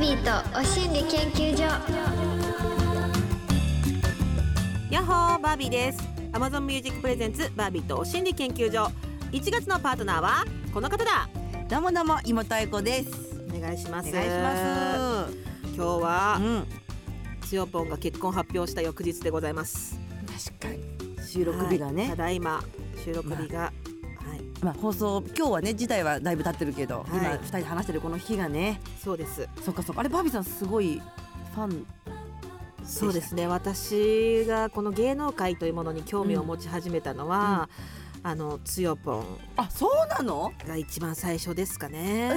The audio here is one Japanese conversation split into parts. ビーとお心理研究所ヤッホーバービーです Amazon Music Presents バービーとお心理研究所1月のパートナーはこの方だどうもどうも妹愛子です。お願いしまおす願いします。今日はうん、つよぽんが結婚発表した翌日でございます確かに。収録日がはいね、ねただいま収録日が、はいまあ放送今日はね時代はだいぶ経ってるけど、い今二人で話してるこの日がね、そうですそっかそっか。あれバービーさんすごいファン。そうですね私がこの芸能界というものに興味を持ち始めたのは、あのつよぽんあ、そうなの？が一番最初ですかえね、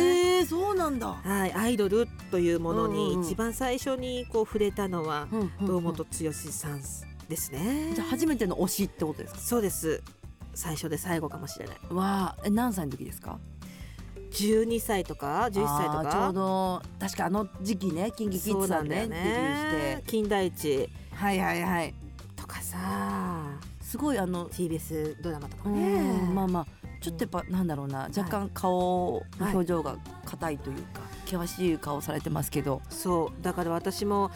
ー、そうなんだ。はいアイドルというものうんうんにうん一番最初にこう触れたのはうん堂本剛さんですねじゃあ初めての推しってことですか。そうです最初で最後かもしれないわあ、え何歳の時ですか？ 12歳とか11歳とあかーちょうど確かあの時期ね、キンキキッそうズさなんんだねよデビューしねて。金田一はいはいはい。とかさすごいあの TBS ドラマとうかんねまあまあちょっとやっぱなんだろうな若干顔の表情が硬いというか険しい顔されてますけどそうだから私も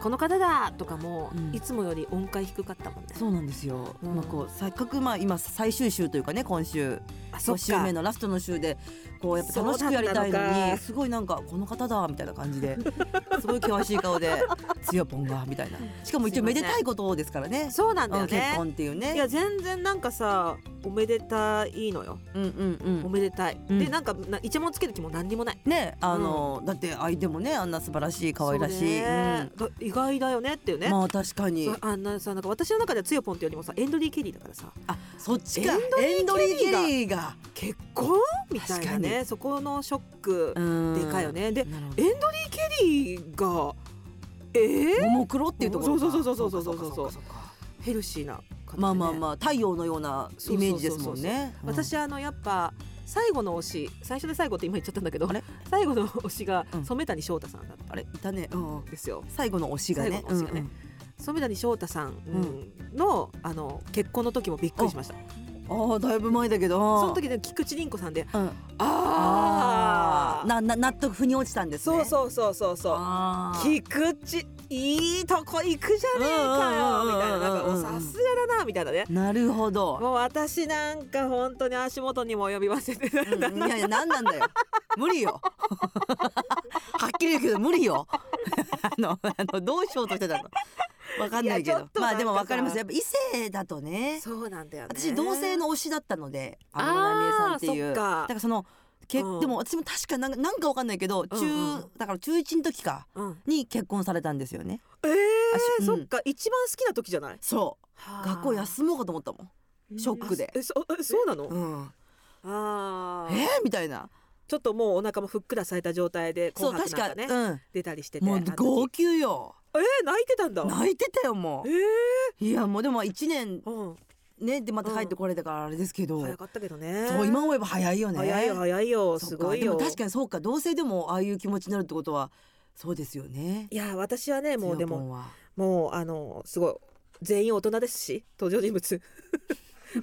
この方だとかも、うんいつもより音階低かったもんねそうなんですよ、うんまあこうせっかくまあ今最終週というかね今週あそ5っ週目かのラストの週でこうやっぱ楽しくやりたいそうだったののにかすごいなんかこの方だみたいな感じで すごい険しい顔でつよぽんがみたいなしかも一応すいませめんでたいことですからねそうなんだようん結ね婚っていうねいや全然なんかさおめでたいのようんうんうおんめでたい、うんでなんかなイチャモンつける気も何にもないねあの、だって相手もねあんな素晴らしい可愛らしそうい、ねだ意外だよねっていううね、ん、まあ確かにそうあんなさなんか私の中ではつよぽんってよりもさエンドリー・ケリーだからさあそっちかエエンンドドリリーー・ケケリーがリーが結婚みたいな確かねそこのショックででかいよねでエンなるほドどリー・ケリーがえーももクロっていうところかそうそうそうそうそうそうそうかかかヘルシーな感じでね、まあまあまあ太陽のようなイメージですもんね私あのやっぱ最後の推し最初で最後って今言っちゃったんだけどあれ最後の推しがうん染谷翔太さんだったあれいたねうんうんんですよ、最後の推しがね最後の推しがね染谷翔太さんうんの,、あの結婚の時もびっくりしましたうんうんああだいぶ前だけどその時ね菊池凛子さんでうんあーなな納得腑に落ちたんですねそうそうそうそうそうあー菊池いいとこ行くじゃねえかうよんみうんたいななんかうんおうんさすがだなみたいなねなるほどもう私なんか本当に足元にも及びませんねうん いやいや何なんだよ無理よはっきり言うけど無理よあのあのどうしようとしてたのわかんないけいやちどょっとまなんかさあでもわかりますやっぱ異性だとねそうなんだよね私同性の推しだったので安室奈美恵さんっていあーそっうかだからそのけ、うんでも私も確かなんかなんかわかんないけど中、うんうんだから中1の時かうんに結婚されたんですよねえあしうーんそっか一番好きな時じゃないそう学校休もうかと思ったもんショックであ、えそえそうなの、うん、あえーー、みたいなちょっともうお腹もふっくらされた状態でそ紅う確白かなんかねうん出たりしててもあうの時号泣よえー、泣いてたんだ泣いてたよもえういやもうでも1年ーうん、ねでまた帰ってこれたからあれですけど、早かったけどねそう今思えば早いよね早いよ早いよそっかすごいよでも確かにそうか同性でもああいう気持ちになるってことはそうですよねいや私はねもうでつよぽもんはもうあのすごい全員大人ですし登場 人物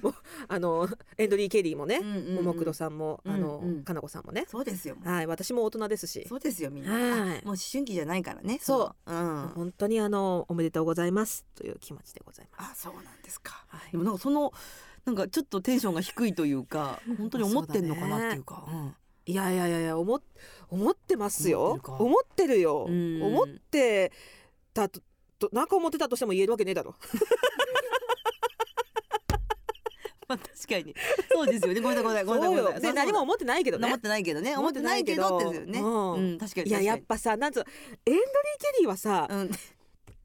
もうあのエンドリー・ケリーもね、うんうんうんももクロさんもあの、うんうんかなこさんもねそうですよはい私も大人ですしそうですよみんな、あはいもう思春期じゃないからねそううん本当にあのおめでとうございますという気持ちでございます。あそうなんですかはいでもなんかそのなんかちょっとテンションが低いというか 本当に思ってんのかなっていうかいやいやいやいや思っ思ってます思っよてるか思ってるようん思ってたととなんか思ってたとしても言えるわけねえだろまあ確かにそうですよねごめんなさいごめんなさいごめんなさいごめんそうよなさいで何も思ってないけど思ねってないけどね思思っっててなないいけけどどですよねうんうん確かにいや確やかっにぱさなんつうのエンドリー・ケリーはさうん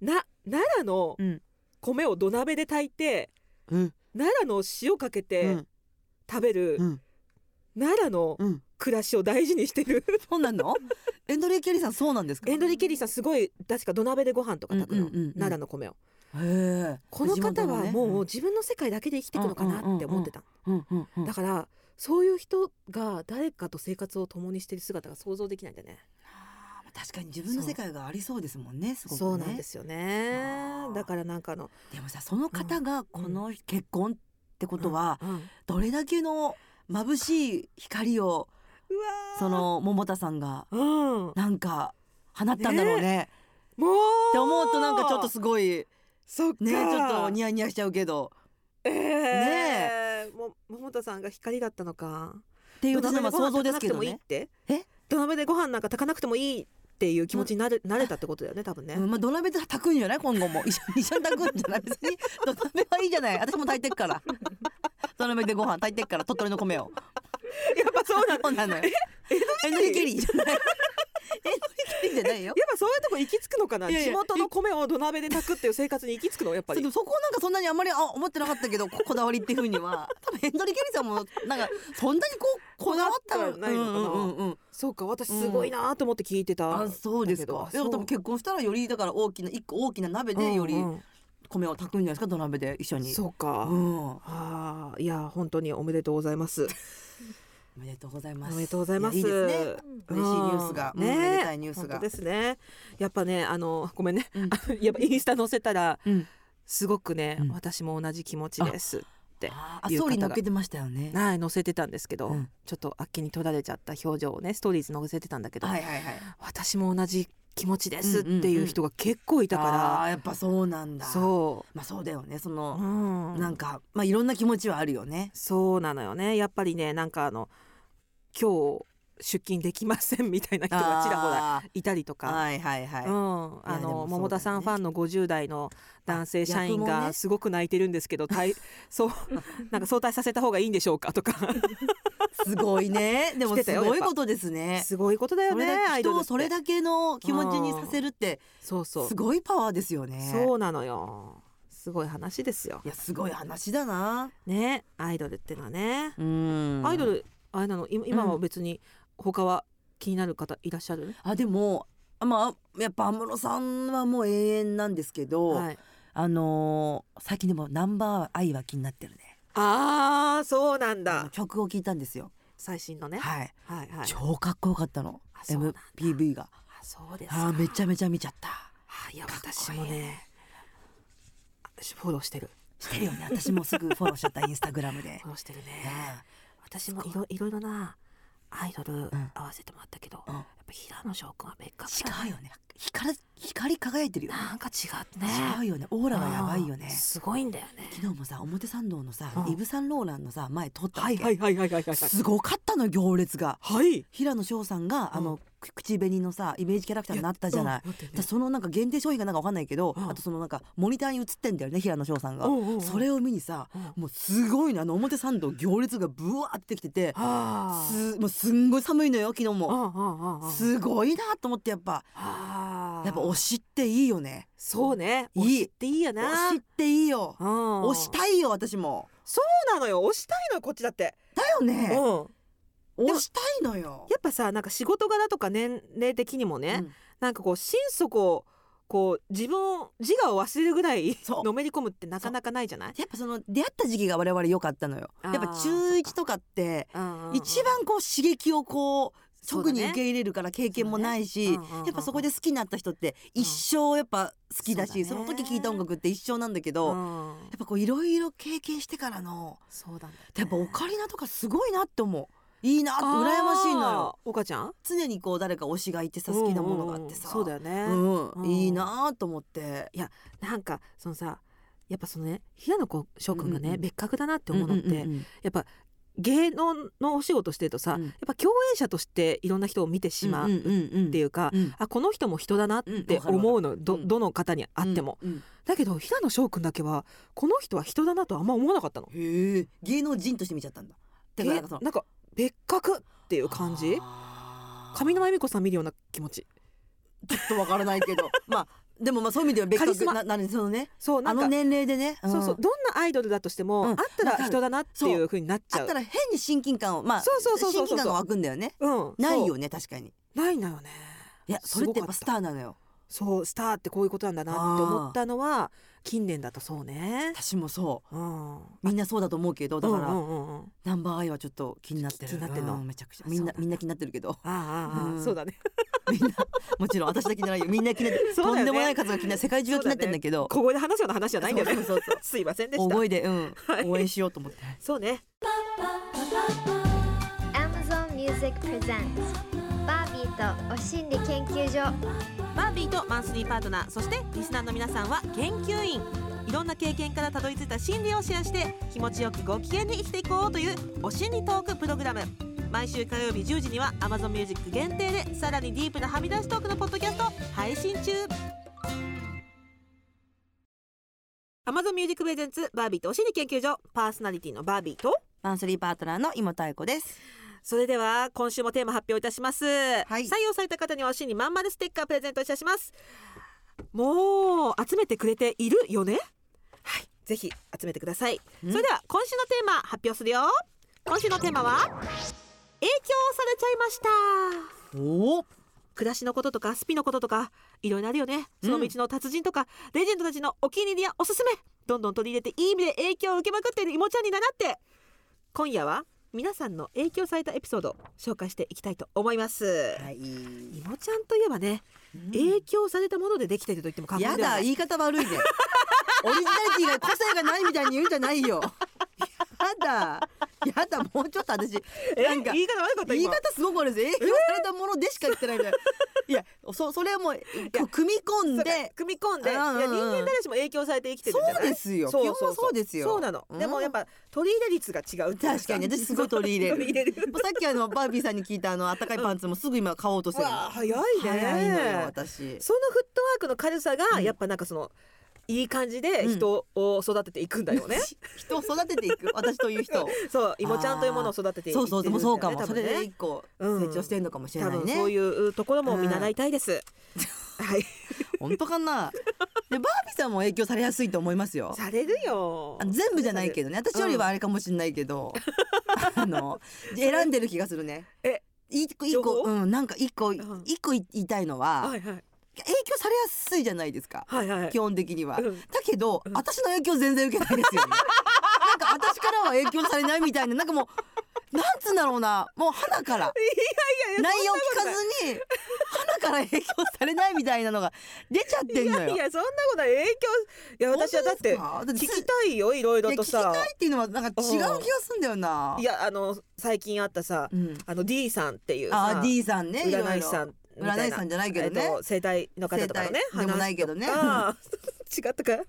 な奈良のうん米を土鍋で炊いてうん奈良の塩かけうてん食べるうん奈良のうん暮らしを大事にし てるそうなのエンドリー・ケリーさんそうなんですかエンドリー・ケリーさんすごい確か土鍋でご飯とか炊くのうんうんうんうん奈良の米をへえこの方はもう地自分の世界だけで生きていくのかなって思ってた、元のねうんうんうんだからそういう人が誰かと生活を共にしている姿が想像できないんだよねあー確かに自分の世界がありそうですもんねすごくねそうなんですよねあーだからなんかあの、でもさその方がこの結婚ってことはうんどれだけの眩しい光をその桃田さんがうんもなんか放ったんだろうねうって思うとなんかちょっとすごいそっかねちょっとニヤニヤしちゃうけどえねえもう桃田さんが光だったのかっていうの土は鍋まあご飯想像ですけど炊ねかなく。てもいえいって土鍋でご飯なんか炊かなくてもいいっていう気持ちになれ、慣れたってことだよね多分ね、うん、まあ土鍋で炊くんじゃない今後も一緒 に一緒に炊くんじゃない別に土鍋はいいじゃない私も炊いてっから 土鍋でご飯炊いてっから鳥取の米をやっぱそう なのやっそうなのよえのりけりじ ゃないえのりけりじゃないよぱそういうとこ行き着くのかないやいや地元の米を土鍋で炊くっていう生活に行き着くのやっぱちょっりとそこなんかそんなにあんまりあ思ってなかったけどここだわりっていうふうには多分エンドリケリさんもなんかそんなにこうこだわったこだわってはないのかなうんうんうんうん、そうか私すごいなと思って聞いてた、あそうですだかでけども多分結婚したらよりだから大きな一個大きな鍋でよりうんうん米を炊くんじゃないですか土鍋で一緒にそうか、うん、おあーいや本当におめでとうございますめでとうございおますめでとうございますいやいいですね嬉しいニュースがうんねうんめでたいニュースが本当ですねやっぱねあのごめんね、うん やっぱインスタ載せたらうんすごくね、うん私も同じ気持ちですってあーいう総理方が乗っけてましたよねはい載せてたんですけど、うんちょっとあっけに取られちゃった表情をねストーリーズ載せてたんだけど、はいはいはい私も同じ気持ちですっていう人が結構いたあかーやっぱそうなんら、だそ、まあそうだよねそうの、うん、なんかまあいろんな気持ちはあるよねそうなのよねやっぱりねなんかあの今日出勤できませんみたいな人がちらほらあいたりとーか。はいはいはい、うん、いやあでもそうだのよね桃田さんファンの50代の男性社員あ逆もがねすごく泣いてるんですけど、 対そうなんか早退させた方がいいんでしょうかとかすごい ね。でもしてたすよごいことですね。すごいことだよそれねだアけイ人ドルっをてそれだけの気持ちにさせるってそうそうすごいパワーですよね。そうなのよすごい話ですよいやすごい話だな。ねアイドルってのはね、うんアイドルあれなの今今うんは別に他は気になる方いらっしゃる、あでもあまあやっぱ安室さんはもう永遠なんですけど、はい、あのー最近でもナンバーアイは気になってるね。ああそうなんあの曲を聞いたんですよ。最新のねはい、はいはい超かっこよかったのあ。そうなんだ MPV が。あそうですあかーめちゃめちゃ見ちゃった。あいやかっこいい私もね私フォローしてるしてるよね。私もすぐフォローしちゃったインスタグラムでフォ。ローしてる ねね私もいろいろいろなアイドルん合わせてもらったけど、うんやっぱ平野翔くんは別格だね違うよね光光り輝いてるよねなんか違ってね違うよねオーラがやばいようねんすごいんだよね昨日もさ表参道のさ、うんイブ・サンローランのさ前通ったわはけ、いはいはいはいはいはいすごかったの行列がはい平野紫耀さんが、あうんのく口紅のさイメージキャラクターになったじゃない、うん待ってだそのなんか限定商品かなんかわかんないけど、うんあとそのなんかモニターに映ってんだよね平野紫耀さんが、うんうんうんそれを見にさ、うんもうすごいのあの表参道行列がブワーってきてて、あーすもうすんごい寒いのよ昨日も、ああすごいなと思ってやっぱあやっぱ推しっていいよねそうねいい推しっていいよな推しっていいようん推したいよ私もそうなのよ推したいのよこっちだってだようんねでも推したいのよやっぱさなんか仕事柄とか年齢的にもねうんなんかこう心底こう自分を自我を忘れるぐらいそうのめり込むってなかなかないじゃないやっぱその出会った時期が我々良かったのよあやーっぱ中1とかって一番こう刺激をこうそうだ特ねに受け入れるから経験もないし、うんうんうんうんやっぱそこで好きになった人って一生やっぱ好きだし、そそうだのね時聴いた音楽って一生なんだけど、とやうんっぱこういろいろ経験してからのそうなんだよねやっぱオカリナとかすごいなって思ういいなって羨ましいのよあー岡ちゃん常にこう誰か推しがいてさ好きなものがあってさ、うんうんうんそうだよねうん、うんいいなと思ってなんかそのさやっぱそのね平野翔くんがね、うんうん別格だなって思うのって、うんうんうんやっぱ芸能のお仕事してるとさ、うんやっぱ共演者としていろんな人を見てしまうっていいうか、うんあこの人も人だなっうんてわかる思うの、うどんどの方にあ会っても、、うんだけど平野翔くんだけはこの人は人だなとはあんま思わなかったの。へえ芸能人として見ちゃったんだてかえなんかそのなんか別格っていう感じあー上沼恵美子さん見るような気持ちちょっとわからないけ どまあでもまあそういう意味では別カリス格マななんでそのねそうなあんかの年齢でね、んそうそうどんなアイドルだとしても、うん会ったら人だなっていう風になっちあゃっうた。ら変に親近感をまあそうそうそうそうそ親う近感が湧くんだよねうん、ないそよね確かにうないのよねいやそれってやっぱすスごかターなのよそうスターってこういうことなんだなって思ったのは近年だとそうね。私もそうん、うみんなそうだと思うけどだから、うんうんうんうん、ナンバーアイはちょっと気になってる気になってんのうめちゃくちゃみんそうななんだみんな気になってるけどああああ、うんそうだね。みんなもちろん私だけじゃないよみんな気になってる、 そうだよとねんでもない数が気になって世界中が気になってるんだけど小声で話すような話じゃないんだよね。そうそうそう すいませんでし大た。声で、うんはい 応援しようと思ってそうね。 Amazon Music Music Presents バービーとお心理研究所バービーとマンスリーパートナーそしてリスナーの皆さんは研究員いろんな経験からたどり着いた心理をシェアして気持ちよくご機嫌に生きていこうというお心理トークプログラム毎週火曜日10時には Amazon Music 限定でさらにディープなはみ出しトークのポッドキャストを配信中 Amazon Music プレゼンツバービーとお心理研究所パーソナリティのバービーとマンスリーパートナーの今太子です。それでは今週もテーマ発表いたします、い採用された方にはおしにまんまるステッカープレゼントいたしますもう集めてくれているよねはいぜひ集めてくださいんそれでは今週のテーマ発表するよ今週のテーマは影響されちゃいましたおお、暮らしのこととかスピのこととかいろいろあるよねその道の達人とか、レジェンドたちのお気に入りやおすすめどんどん取り入れていい意味で影響を受けまくっているいもちゃんに習って今夜は皆さんの影響されたエピソードを紹介していきたいと思います、はい。い、もちゃんといえばね、影響されたものでできていると言っても過言でやはないだ、言い方悪い ね。オリジナリティが個性がないみたいに言うんじゃないよ。やだ、やだ、もうちょっと私、えなんか言。い方悪かった言い今方すごく悪いです影響されたものでしか言ってないみたいないやそそれはもうこう組み込んで組み込んで、うんうんうんいや人間誰しも影響されて生きてるんじゃないそうですよそう基本はそうですよそうなの、うんでもやっぱ取り入れ率が違うっていう確かに私すごい取り入れる 取り入れるもうさっきあのバービーさんに聞いたあの暖かいパンツもすぐ今買おうとしてるわあ早いね早いのよ私そのフットワークの軽さがうんやっぱなんかそのいい感じで人を育てていくん だよね、人を育てていく私という人をそういもちゃんというものを育てていくそうそうでもそうかも、多そ分れでね一個うん成長してんのかもしれ多ない分ね、そういうところも見習いた いです、はい本当かなでバービーさんも影響されやすいと思いますよ されるよあ全部じゃないけどね私よりはあれかもしれないけど、 あの選んでる気がするねえ一個一情個報うんなんか一個一うん個言いたいのは、はいはい影響されやすいじゃないですかはいはい基本的には、 うんだけど、うん私の影響全然受けないですよ ねなんか私からは影響されないみたいななんかもうなんつうんだろうなもう花からいやいや内容聞かずに花から影響されないみたいなのが出ちゃってんのよいやそんなことない影響いや私はだって本当聞ですきかたいよいろいろといやさ聞きたいっていうのはなんか違う気がすんだよないやあの最近あったさ、うん、あの D さんっていうさあー D さんねいろ占いい師ろさんみた占い師さんじゃないけどねえっと生体の方とかのね生体でもないけどね話とか 違ったか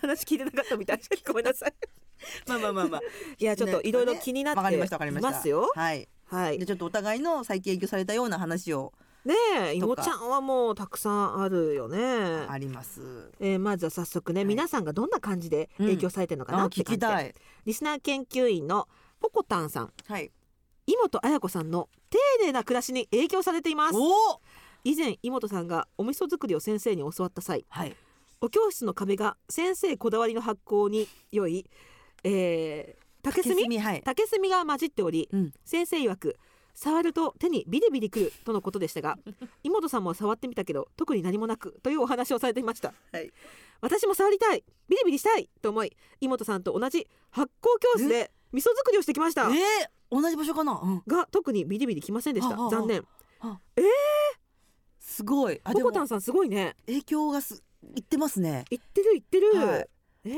話聞いてなかったみたいごめんなさい まあまあまあまあ いやちょっとねいろいろ気になってわかりましたわかりましたますよはいはいでちょっとお互いの最近影響されたような話をねえいもちゃんはもうたくさんあるよねありますえーまずは早速ね、い皆さんがどんな感じで影響されてるのかあなって聞感きじで、たいリスナー研究員のポコタンさんはい妹綾子さんの丁寧な暮らしに影響されていますおお以前妹さんがお味噌作りを先生に教わった際はいお教室の壁が先生こだわりの発酵に良い、えー、竹炭みはい竹炭が混じっており、うん先生曰く触ると手にビリビリくるとのことでした が妹さんも触ってみたけど特に何もなくというお話をされていましたはい私も触りたいビリビリしたいと思い妹さんと同じ発酵教室で味噌作りをしてきまえしたー、同じ場所かなうんが特にビリビリきませんでしたはあはあ残念すごいあポでコもタンさんすごいね影響がすいってますね言ってる言ってる、はいえー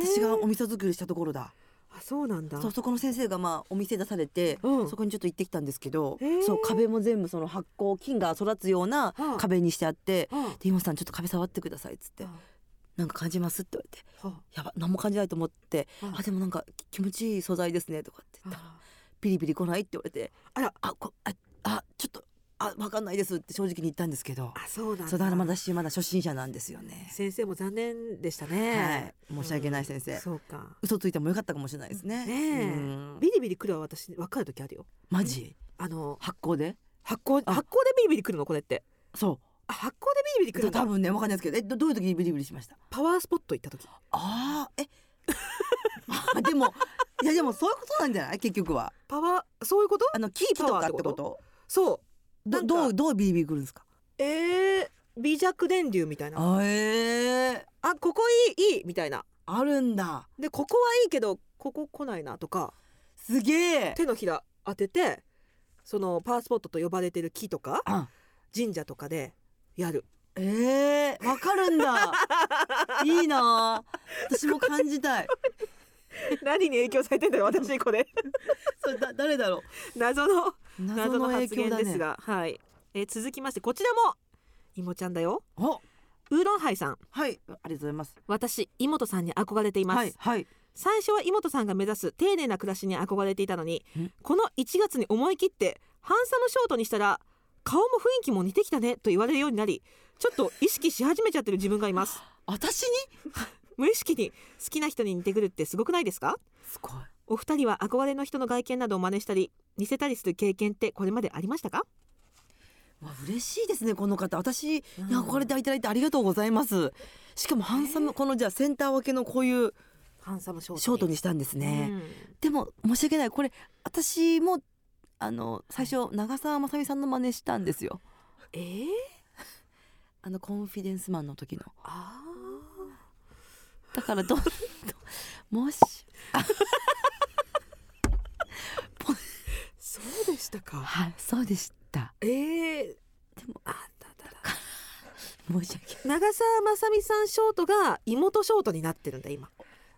私がお味噌作りしたところだあそうなんだそうそこの先生がまあお店出されて、うんそこにちょっと行ってきたんですけど、へーそう壁も全部その発酵菌が育つようなはあ壁にしてあって、うんで今さんちょっと壁触ってくださいっつってなんか感じますって言われてはやば何も感じないと思ってあはあでもなんかき気持ちいい素材ですねとかって言ったらビリビリ来ないって言われてあらあこああちょっとあわかんないですって正直に言ったんですけどあそうなんだそうだからまだしまだ初心者なんですよね先生も残念でしたはね、い申し訳ない先生そうか嘘ついてもよかったかもしれないですねねえうんビリビリくるは私分かる時あるよマジあの発酵で発酵あ発酵でビリビリくるのこれってそあ発酵でビリビリうくるんだ多分ねわかんないですけどえどどういう時にビリビリしましたパワースポット行った時あーえあ でもいやでもそういうことなんじゃない結局はパワーそういうことあのキープとかってこパワーとってそうどなんかどうどうビリビリくるんですかえー、微弱電流みたいなああえー、ここいいいいみたいなあるんだでここはいいけどここ来ないなとかすげえ手のひら当ててそのパワースポットと呼ばれてる木とかあ神社とかでやる えー、わかるんだいいなあ私も感じたい何に影響されてんだろう私これ それだ誰だろ謎のう謎の発言ですがが、はい、えー続きましてこちらもいもちゃんだよおウーロンハイさんはいありがとうございます私妹さんに憧れています、はいはい最初は妹さんが目指す丁寧な暮らしに憧れていたのにんこの1月に思い切ってハンサムショートにしたら顔も雰囲気も似てきたねと言われるようになりちょっと意識し始めちゃってる自分がい ます私に無意識に好きな人に似てくるってすごくないですかすごいお二人は憧れの人の外見などを真似したり似せたりする経験ってこれまでありましたかわ嬉しいですねこの方私、うんいやこれでいただいてありがとうございますしかもハンサム、このじゃあセンター分けのこういうハンサムショショートにしたんですね、でも申し訳ないこれ私もあの最初長澤まさみさんの真似したんですよえー、あのコンフィデンスマンの時のあだからどんどんもしそうでしたかはいそうでしたえー、でもあだだだ申し訳ない長澤まさみさんショートが妹ショートになってるんだ今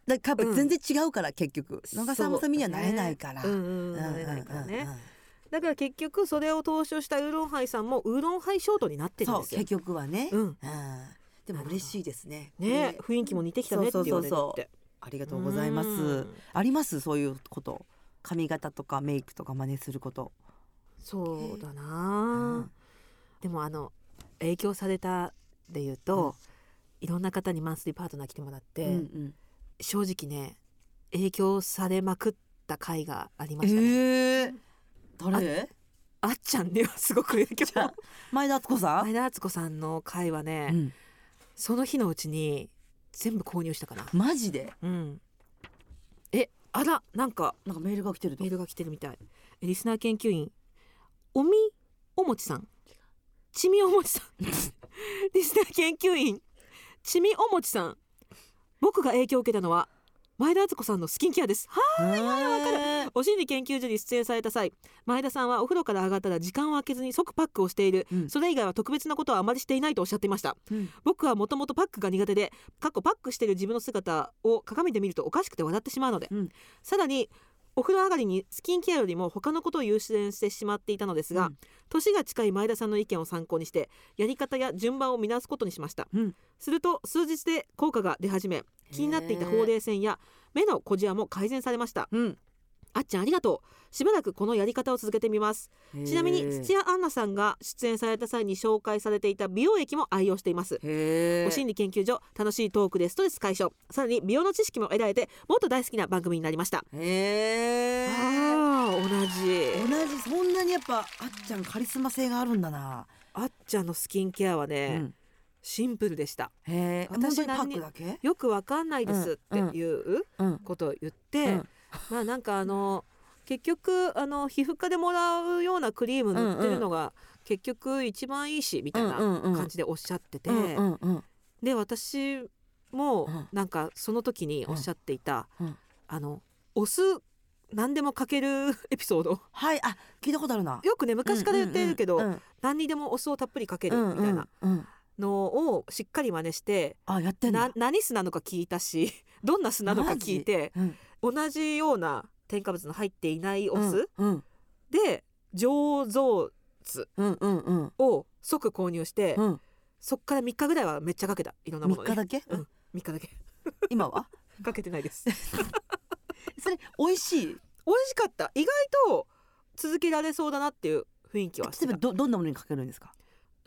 だからやっうんぱ全然違うから、結局長澤まさみにはなれないから、うんうんうんなれないからねだから結局それを投資をしたウーロンハイさんもウーロンハイショートになってるんそうですよ結局はね、ううんんでも嬉しいですねねこれ雰囲気も似てきたねって言われるそうそうそうってありがとうございまうすんありますそういうこと髪型とかメイクとか真似すること、そうだうなんでもあの影響されたで言うといろんな方にマンスリーパートナー来てもらっうてんうん正直ね影響されまくった回がありまえしたねー誰あっちゃんにはすごく影響じゃあ前田敦子さん、前田敦子さんの回はね、うんその日のうちに全部購入したかなマジでうんえあらなんかなんかメールが来てるとメールが来てるみたいえリスナー研究員おみおもちさんちみおもち さんリスナー研究員ちみおもちさん僕が影響を受けたのは前田敦子さんのスキンケアですははいはいわかるお心理研究所に出演された際前田さんはお風呂から上がったら時間を空けずに即パックをしている、うんそれ以外は特別なことはあまりしていないとおっしゃっていましたうん僕はもともとパックが苦手で過去パックしてる自分の姿を鏡で見るとおかしくて笑ってしまうので、うんさらにお風呂上がりにスキンケアよりも他のことを優先してしまっていたのですが、うん年が近い前田さんの意見を参考にしてやり方や順番を見直すことにしました、うんすると数日で効果が出始め気になっていたほうれい線や目の小じわも改善されましたうんあっちゃんありがとうしばらくこのやり方を続けてみますちなみに土屋屋アンナさんが出演された際に紹介されていた美容液も愛用していますへえお心理研究所楽しいトークでストレス解消さらに美容の知識も得られてもっと大好きな番組になりましたへーあー同じ同じそんなにやっぱあっちゃんカリスマ性があるんだな、あっちゃんのスキンケアはうね、んシンプルでしたへえ本私当にパ何ッにクだけよくわかんないですっていううんことを言って、うんまあなんかあの結局あの皮膚科でもらうようなクリーム塗ってるのが結局一番いいしみたいなうんうんうん感じでおっしゃってて、うんうんうんで私もうんなんかその時におっしゃっていた、うんうんあのお酢何でもかける エピソードはいあ聞いたことあるなよくね昔から言ってるけど、うんうん何にでもお酢をたっぷりかけうるんみたいなうんうんのをしっかり真似して、あやってんなだ何酢なのか聞いたしどんな酢なのか聞いてうん同じような添加物の入っていないお酢うんで醸造酢うんうんうんを即購入して、うんそっから3日ぐらいはめっちゃかけたいろんなも三の日にだけうん3日だけ 今はかけてないですそれ美味しい例美味しかった意外と続けられそうだなっていう雰囲気はしてえ ばたどどんなものにかけるんですか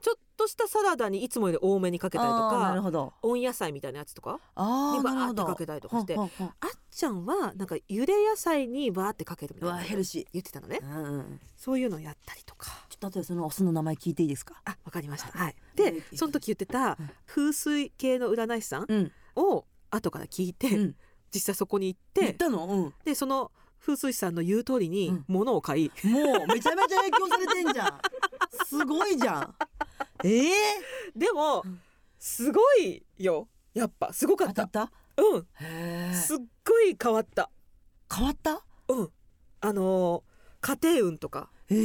ちょっとしたサラダにいつもより多めにかけたりとあーなるかほど温野菜みたいなやつとかあにーバなるほーってどかけたりとかしてほんほんほんあっちゃんはなんかゆで野菜にバーってかけるみうたいわなヘルシ言ってたのねーうんうんそういうのやったりとかちょっと後でそのお酢の名前聞いていいですかあわかりましたはいえでーその時言ってた風水系の占い師さんうんを後から聞いて、うん実際そこに行っ言ってたのうんでその風水師さんの言う通りうにん物を買い、もうめちゃめちゃ影響されてんじゃ ん。すごいじゃん。ええでもうんすごいよやっぱすごか当ったたった。うんへえすっごい変わった変わった。うんあのー家庭運とかえ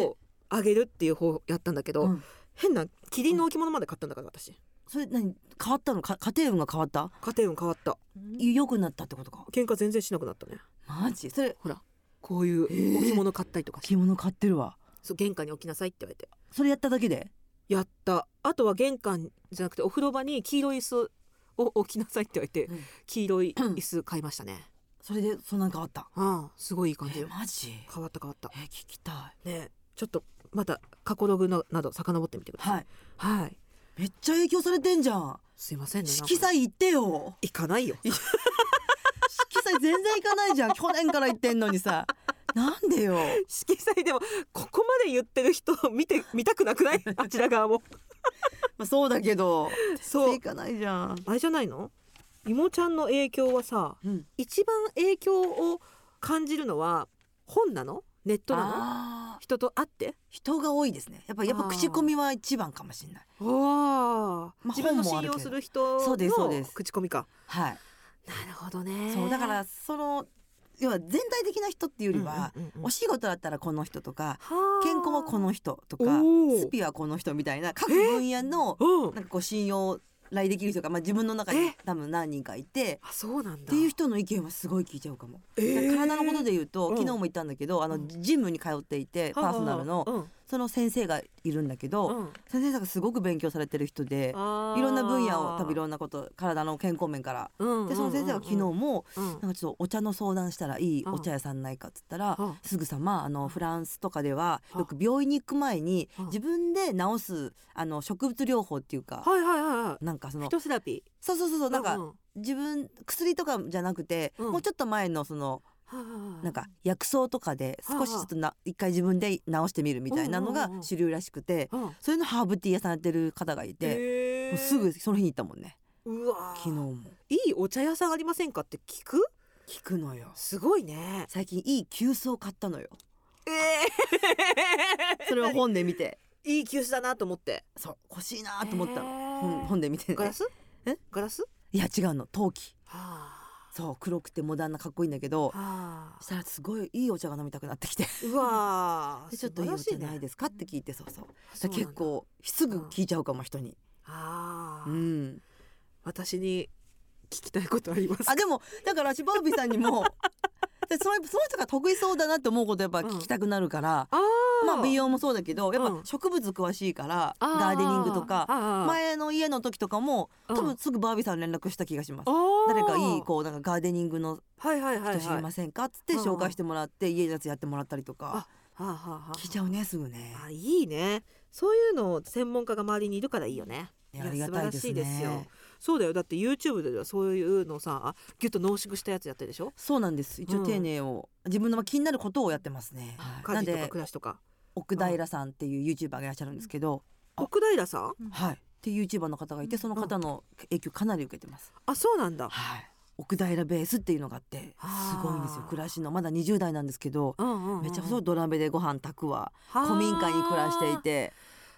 えを上げるっていう方やったんだけど、うん変なキリンの置物まで買ったんだから私それ何変わったのか家庭運が変わった家庭運変わった良くなったってことか喧嘩全然しなくなったねマジそれほらこういう置物買ったりとかして着物買ってるわそう玄関に置きなさいって言われてそれやっただけでやったあとは玄関じゃなくてお風呂場に黄色い椅子を置きなさいって言われて、うん黄色い椅子買いましたね、それでそんなん変わったああすごいいい感じよマジ変わった変わったえ聞きたねちょっとまた過去ログのなど遡ってみてくだいさいはいはい、めっちゃ影響されてんじゃんすいませんねなんか色彩行ってよ行かないよ色彩全然行かないじゃ ん去年から行ってんのにさなんでよ色彩でもここまで言ってる人を見て見たくなく ないあちら側もまあそうだけどそう行かないじゃんあれじゃないのいもちゃんの影響はさうん一番影響を感じるのは本なのネットなのあー人と会って人が多いですねやっぱやっぱ口コミは一番かもしれないあ、ままあ自分の本も信あるけど用する人そうですそうでのす口コミかはいなるほどねそうだからその要は全体的な人っていうよりは、うんうんうんお仕事だったらこの人とかはあ健康はこの人とかおースピはこの人みたいな各分野のうんなんかこう信用来できる人が、まあ、自分の中にえ多分何人かいてあそうなんっだていう人の意見はすごい聞いちゃうかも。えだから体のことでで言うとうん昨日も言ったんだけどあうのんジムに通っていてパーソナルのうんその先生がいるんだけどうん先生がすごく勉強されてる人であーいろんな分野を多分いろんなこと体の健康面から。うんうんうんうんでその先生が昨日もうんなんかちょっとお茶の相談したらいいお茶屋さんないかっつったらうんすぐさまあのフランスとかではうんよく病院に行く前にうん自分で治すあの植物療法っていうかはいはいはいはいなんかその人セラピそうそうそうそうーなんうかう自分薬とかじゃなくてうんもうちょっと前のそのはいはいはいなんか薬草とかではあ少しちょっとな一回自分で治してみるみたいなのうがんうんうんうん主流らしくてうんそれのハーブティー屋さんやってる方がいてへもーうすぐその日に行ったもんねうわ昨日もいいお茶屋さんありませんかって聞く聞くのよすごいね最近いい急須を買ったのよえそれを本で見てえいい急須だなと思ってそう欲しいなと思ったのへー本本で見てガねラスえガラスいや違うの陶器はそう黒くてモダンなかっこいいんだけどあはあしたらすごいいいお茶が飲みたくなってきてうわあ でちょっといいお茶ないでですかって聞いてそうそうす結構すぐ聞いちゃうかも人にああ、うん私に聞きたいことありますあでもだからシバービーさんにも でそのその人が得意そうだなって思うことやっぱ聞きたくなるから、あーまあ美容もそうだけどやっうんぱ植物詳しいから、あーガーデニングとかあー前の家の時とかもうん多分すぐバービーさんに連絡した気がします。あー誰かいいこうなんかガーデニングのはいはいはいは人い知りませんかっつってうんうん紹介してもらって家のやつやってもらったりとかはあはあはあ聞いちゃうねすぐねあいいねそういうのを専門家が周りにいるからいいよねいいややありがたいです素晴らしいですよねそうだよだって YouTube ではそういうのをさギュッと濃縮したやつやってるでしょそうなんです一うん応丁寧を自分のまあ気になることをやってますね、はいな家んで事とか暮らしとか奥平さんっていう YouTuber がいらっしゃるんですけど、あ奥平さんはい、っていう YouTuber の方がいてその方の影響かなり受けてます。あそうなんだはい、奥平ベースっていうのがあってすあーごいんですよ暮らしのまだ20代なんですけどうんうんうんめっちゃそう土鍋でご飯炊くわ古民家に暮らしていて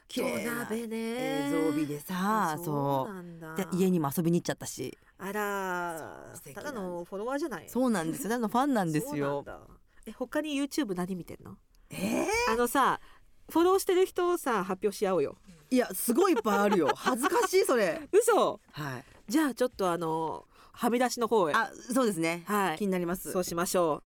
綺土麗な鍋ね映像美でさそそううなんだで家にも遊びに行っちゃったしあらそう素敵たなんだのフォロワーじゃないそうなんですよあのファンなうんですよ。え他に YouTube 何見てんのえあのさフォローしてる人をさ発表し合おうよー、いやすごいいっぱいある よ恥ずかしいそれ。嘘はい、じゃあちょっとあのはみ出しの方へあそうですね、はい気になりますそうしましょ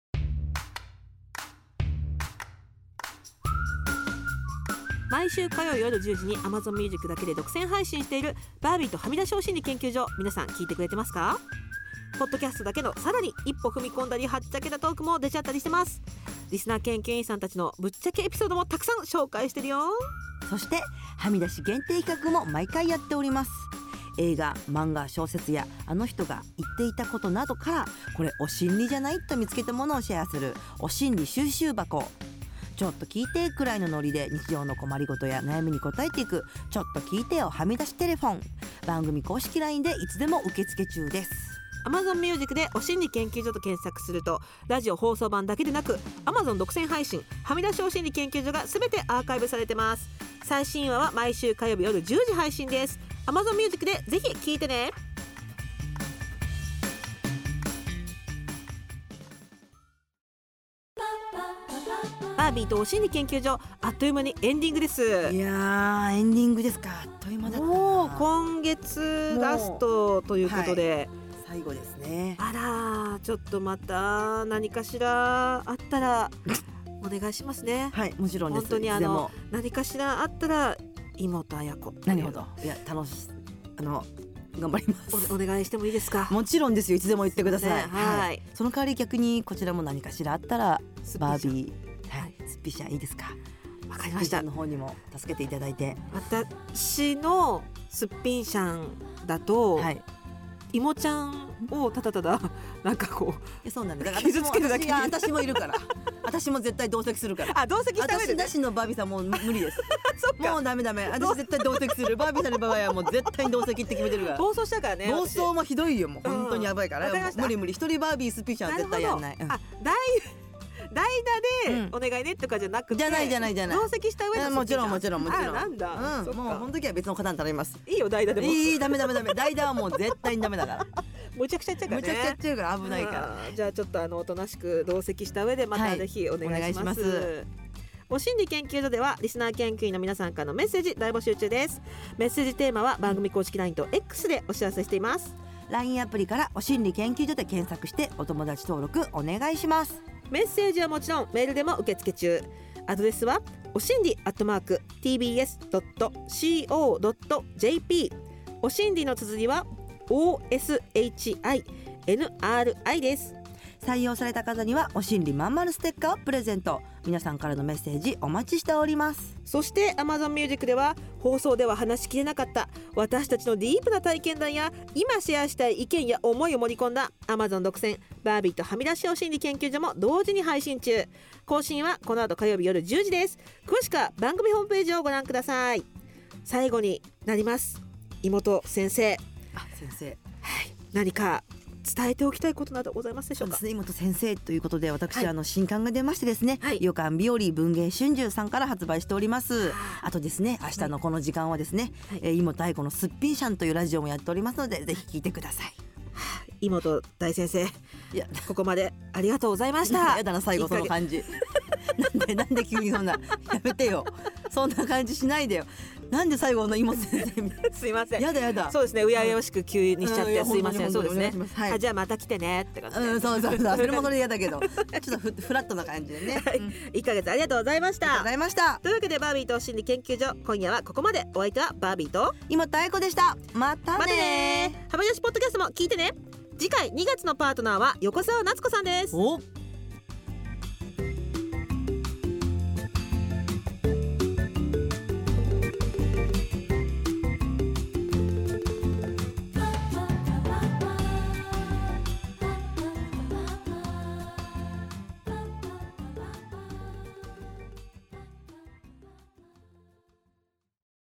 う毎週火曜夜10時に Amazon Music だけで独占配信している「バービーとはみ出しお心理研究所」皆さん聞いてくれてますかポッドキャストだけのさらに一歩踏み込んだりはっちゃけたトークも出ちゃったりしてますリスナー研究員さんたちのぶっちゃけエピソードもたくさん紹介してるよそしてはみ出し限定企画も毎回やっております映画漫画小説やあの人が言っていたことなどからこれお心理じゃないと見つけたものをシェアするお心理収集箱ちょっと聞いてくらいのノリで日常の困りごとや悩みに答えていくちょっと聞いてをはみ出しテレフォン番組公式 LINE でいつでも受付中です Amazon Music でお心理研究所と検索するとラジオ放送版だけでなく Amazon 独占配信はみ出しお心理研究所が全てアーカイブされてます最新話は毎週火曜日夜10時配信です Amazon Music でぜひ聴いてねバービーとお心理研究所あっという間にエンディングですやーエンディングですかあっという間もうもう今月ラストということで、最後ですねあらちょっとまた何かしらあったらお願いしますねはいもちろんです本当にあのいつでも何かしらあったら妹綾子なるほどいや楽しあの頑張りますおお願いしてもいいですかもちろんですよいつでも言ってください、ねはい、その代わり逆にこちらも何かしらあったらスピーバチービーはいスピシャいいですかわかりましたスピシャの方にも助けていただいて私のすっぴんシャンだと、はいいもちゃんをただただ なんかこういやそうなんですだから傷つけるだけ私も私あ私もいるから 私も絶対同席するからあ同席した上で私ねなしのバービーさんもう無理です そっかもうダメダメ私絶対同席するバービーさんの場合はもう絶対に同席って決めてる から暴走したからね妄私想もひどいよもう本当にやばいから,、うんわかりました無理無理一人バービースピーチャーな絶対やんない、うんあ代代打でお願いねとかじゃなくて、じゃないじゃないじゃない同席した上でうんもちろんもちろんもちろんあなんだ、うそっん、かもう本当には別の方に頼みますいいよ代打でも、いいダメダメダメ代打はもう絶対にダメ だからむちゃくちゃ言っちむちゃくゃうからねちゃやってるから危ないから、あーじゃあちょっとあのおとなしく同席した上でまはたいぜひお願いします,、お願いしお心理研究所ではリスナー研究員の皆さんからのメッセージ大募集中ですメッセージテーマは番組公式 LINE と X でお知らせしています LINE アプリからお心理研究所で検索してお友達登録お願いしますメッセージはもちろんメールでも受付中アドレスはおしんりアットマーク tbs.co.jp おしんりの綴りは oshinri です採用された方にはお心理まんまるステッカーをプレゼント皆さんからのメッセージお待ちしておりますそして Amazon Music では放送では話しきれなかった私たちのディープな体験談や今シェアしたい意見や思いを盛り込んだ Amazon 独占バービーとはみ出しお心理研究所も同時に配信中更新はこの後火曜日夜10時です詳しくは番組ホームページをご覧ください最後になります妹先生あ先生何か伝えておきたいことなどございますでしそょううでかすね妹先生ということで私、はいあの新刊が出ましてですね、はい予感日和文芸春秋さんから発売しておりますあとですね明日のこの時間はですね、はいえー妹愛子のすっぴんしゃんというラジオもやっておりますのでぜひ聞いてくださ妹大先生いいやここまでありがとうご ざいましたやだな最後その感じなんでなんで急にそんなやめてよそんな感じしないでよなんで最後の妹先生みたいすいませんやだやだそうですね、うやうやしく急にしちゃっうんいて、やすいません、本そ当うにですね本当にお願いします。はいあじゃあ、また来てねって感じで。うん、そうそうそう、それもそれ嫌だけ ど、ちょっとふ、フラットな感じでね。うんあり一ヶ月ありがとうございましがとうたござ。いました。というわけで、バービーと心理研究所、今夜はここまで、お相手はバービーと。妹愛子でした。またねー。またねー、はみ出しポッドキャストも聞いてね。次回2月のパートナーは横澤夏子さんです。お、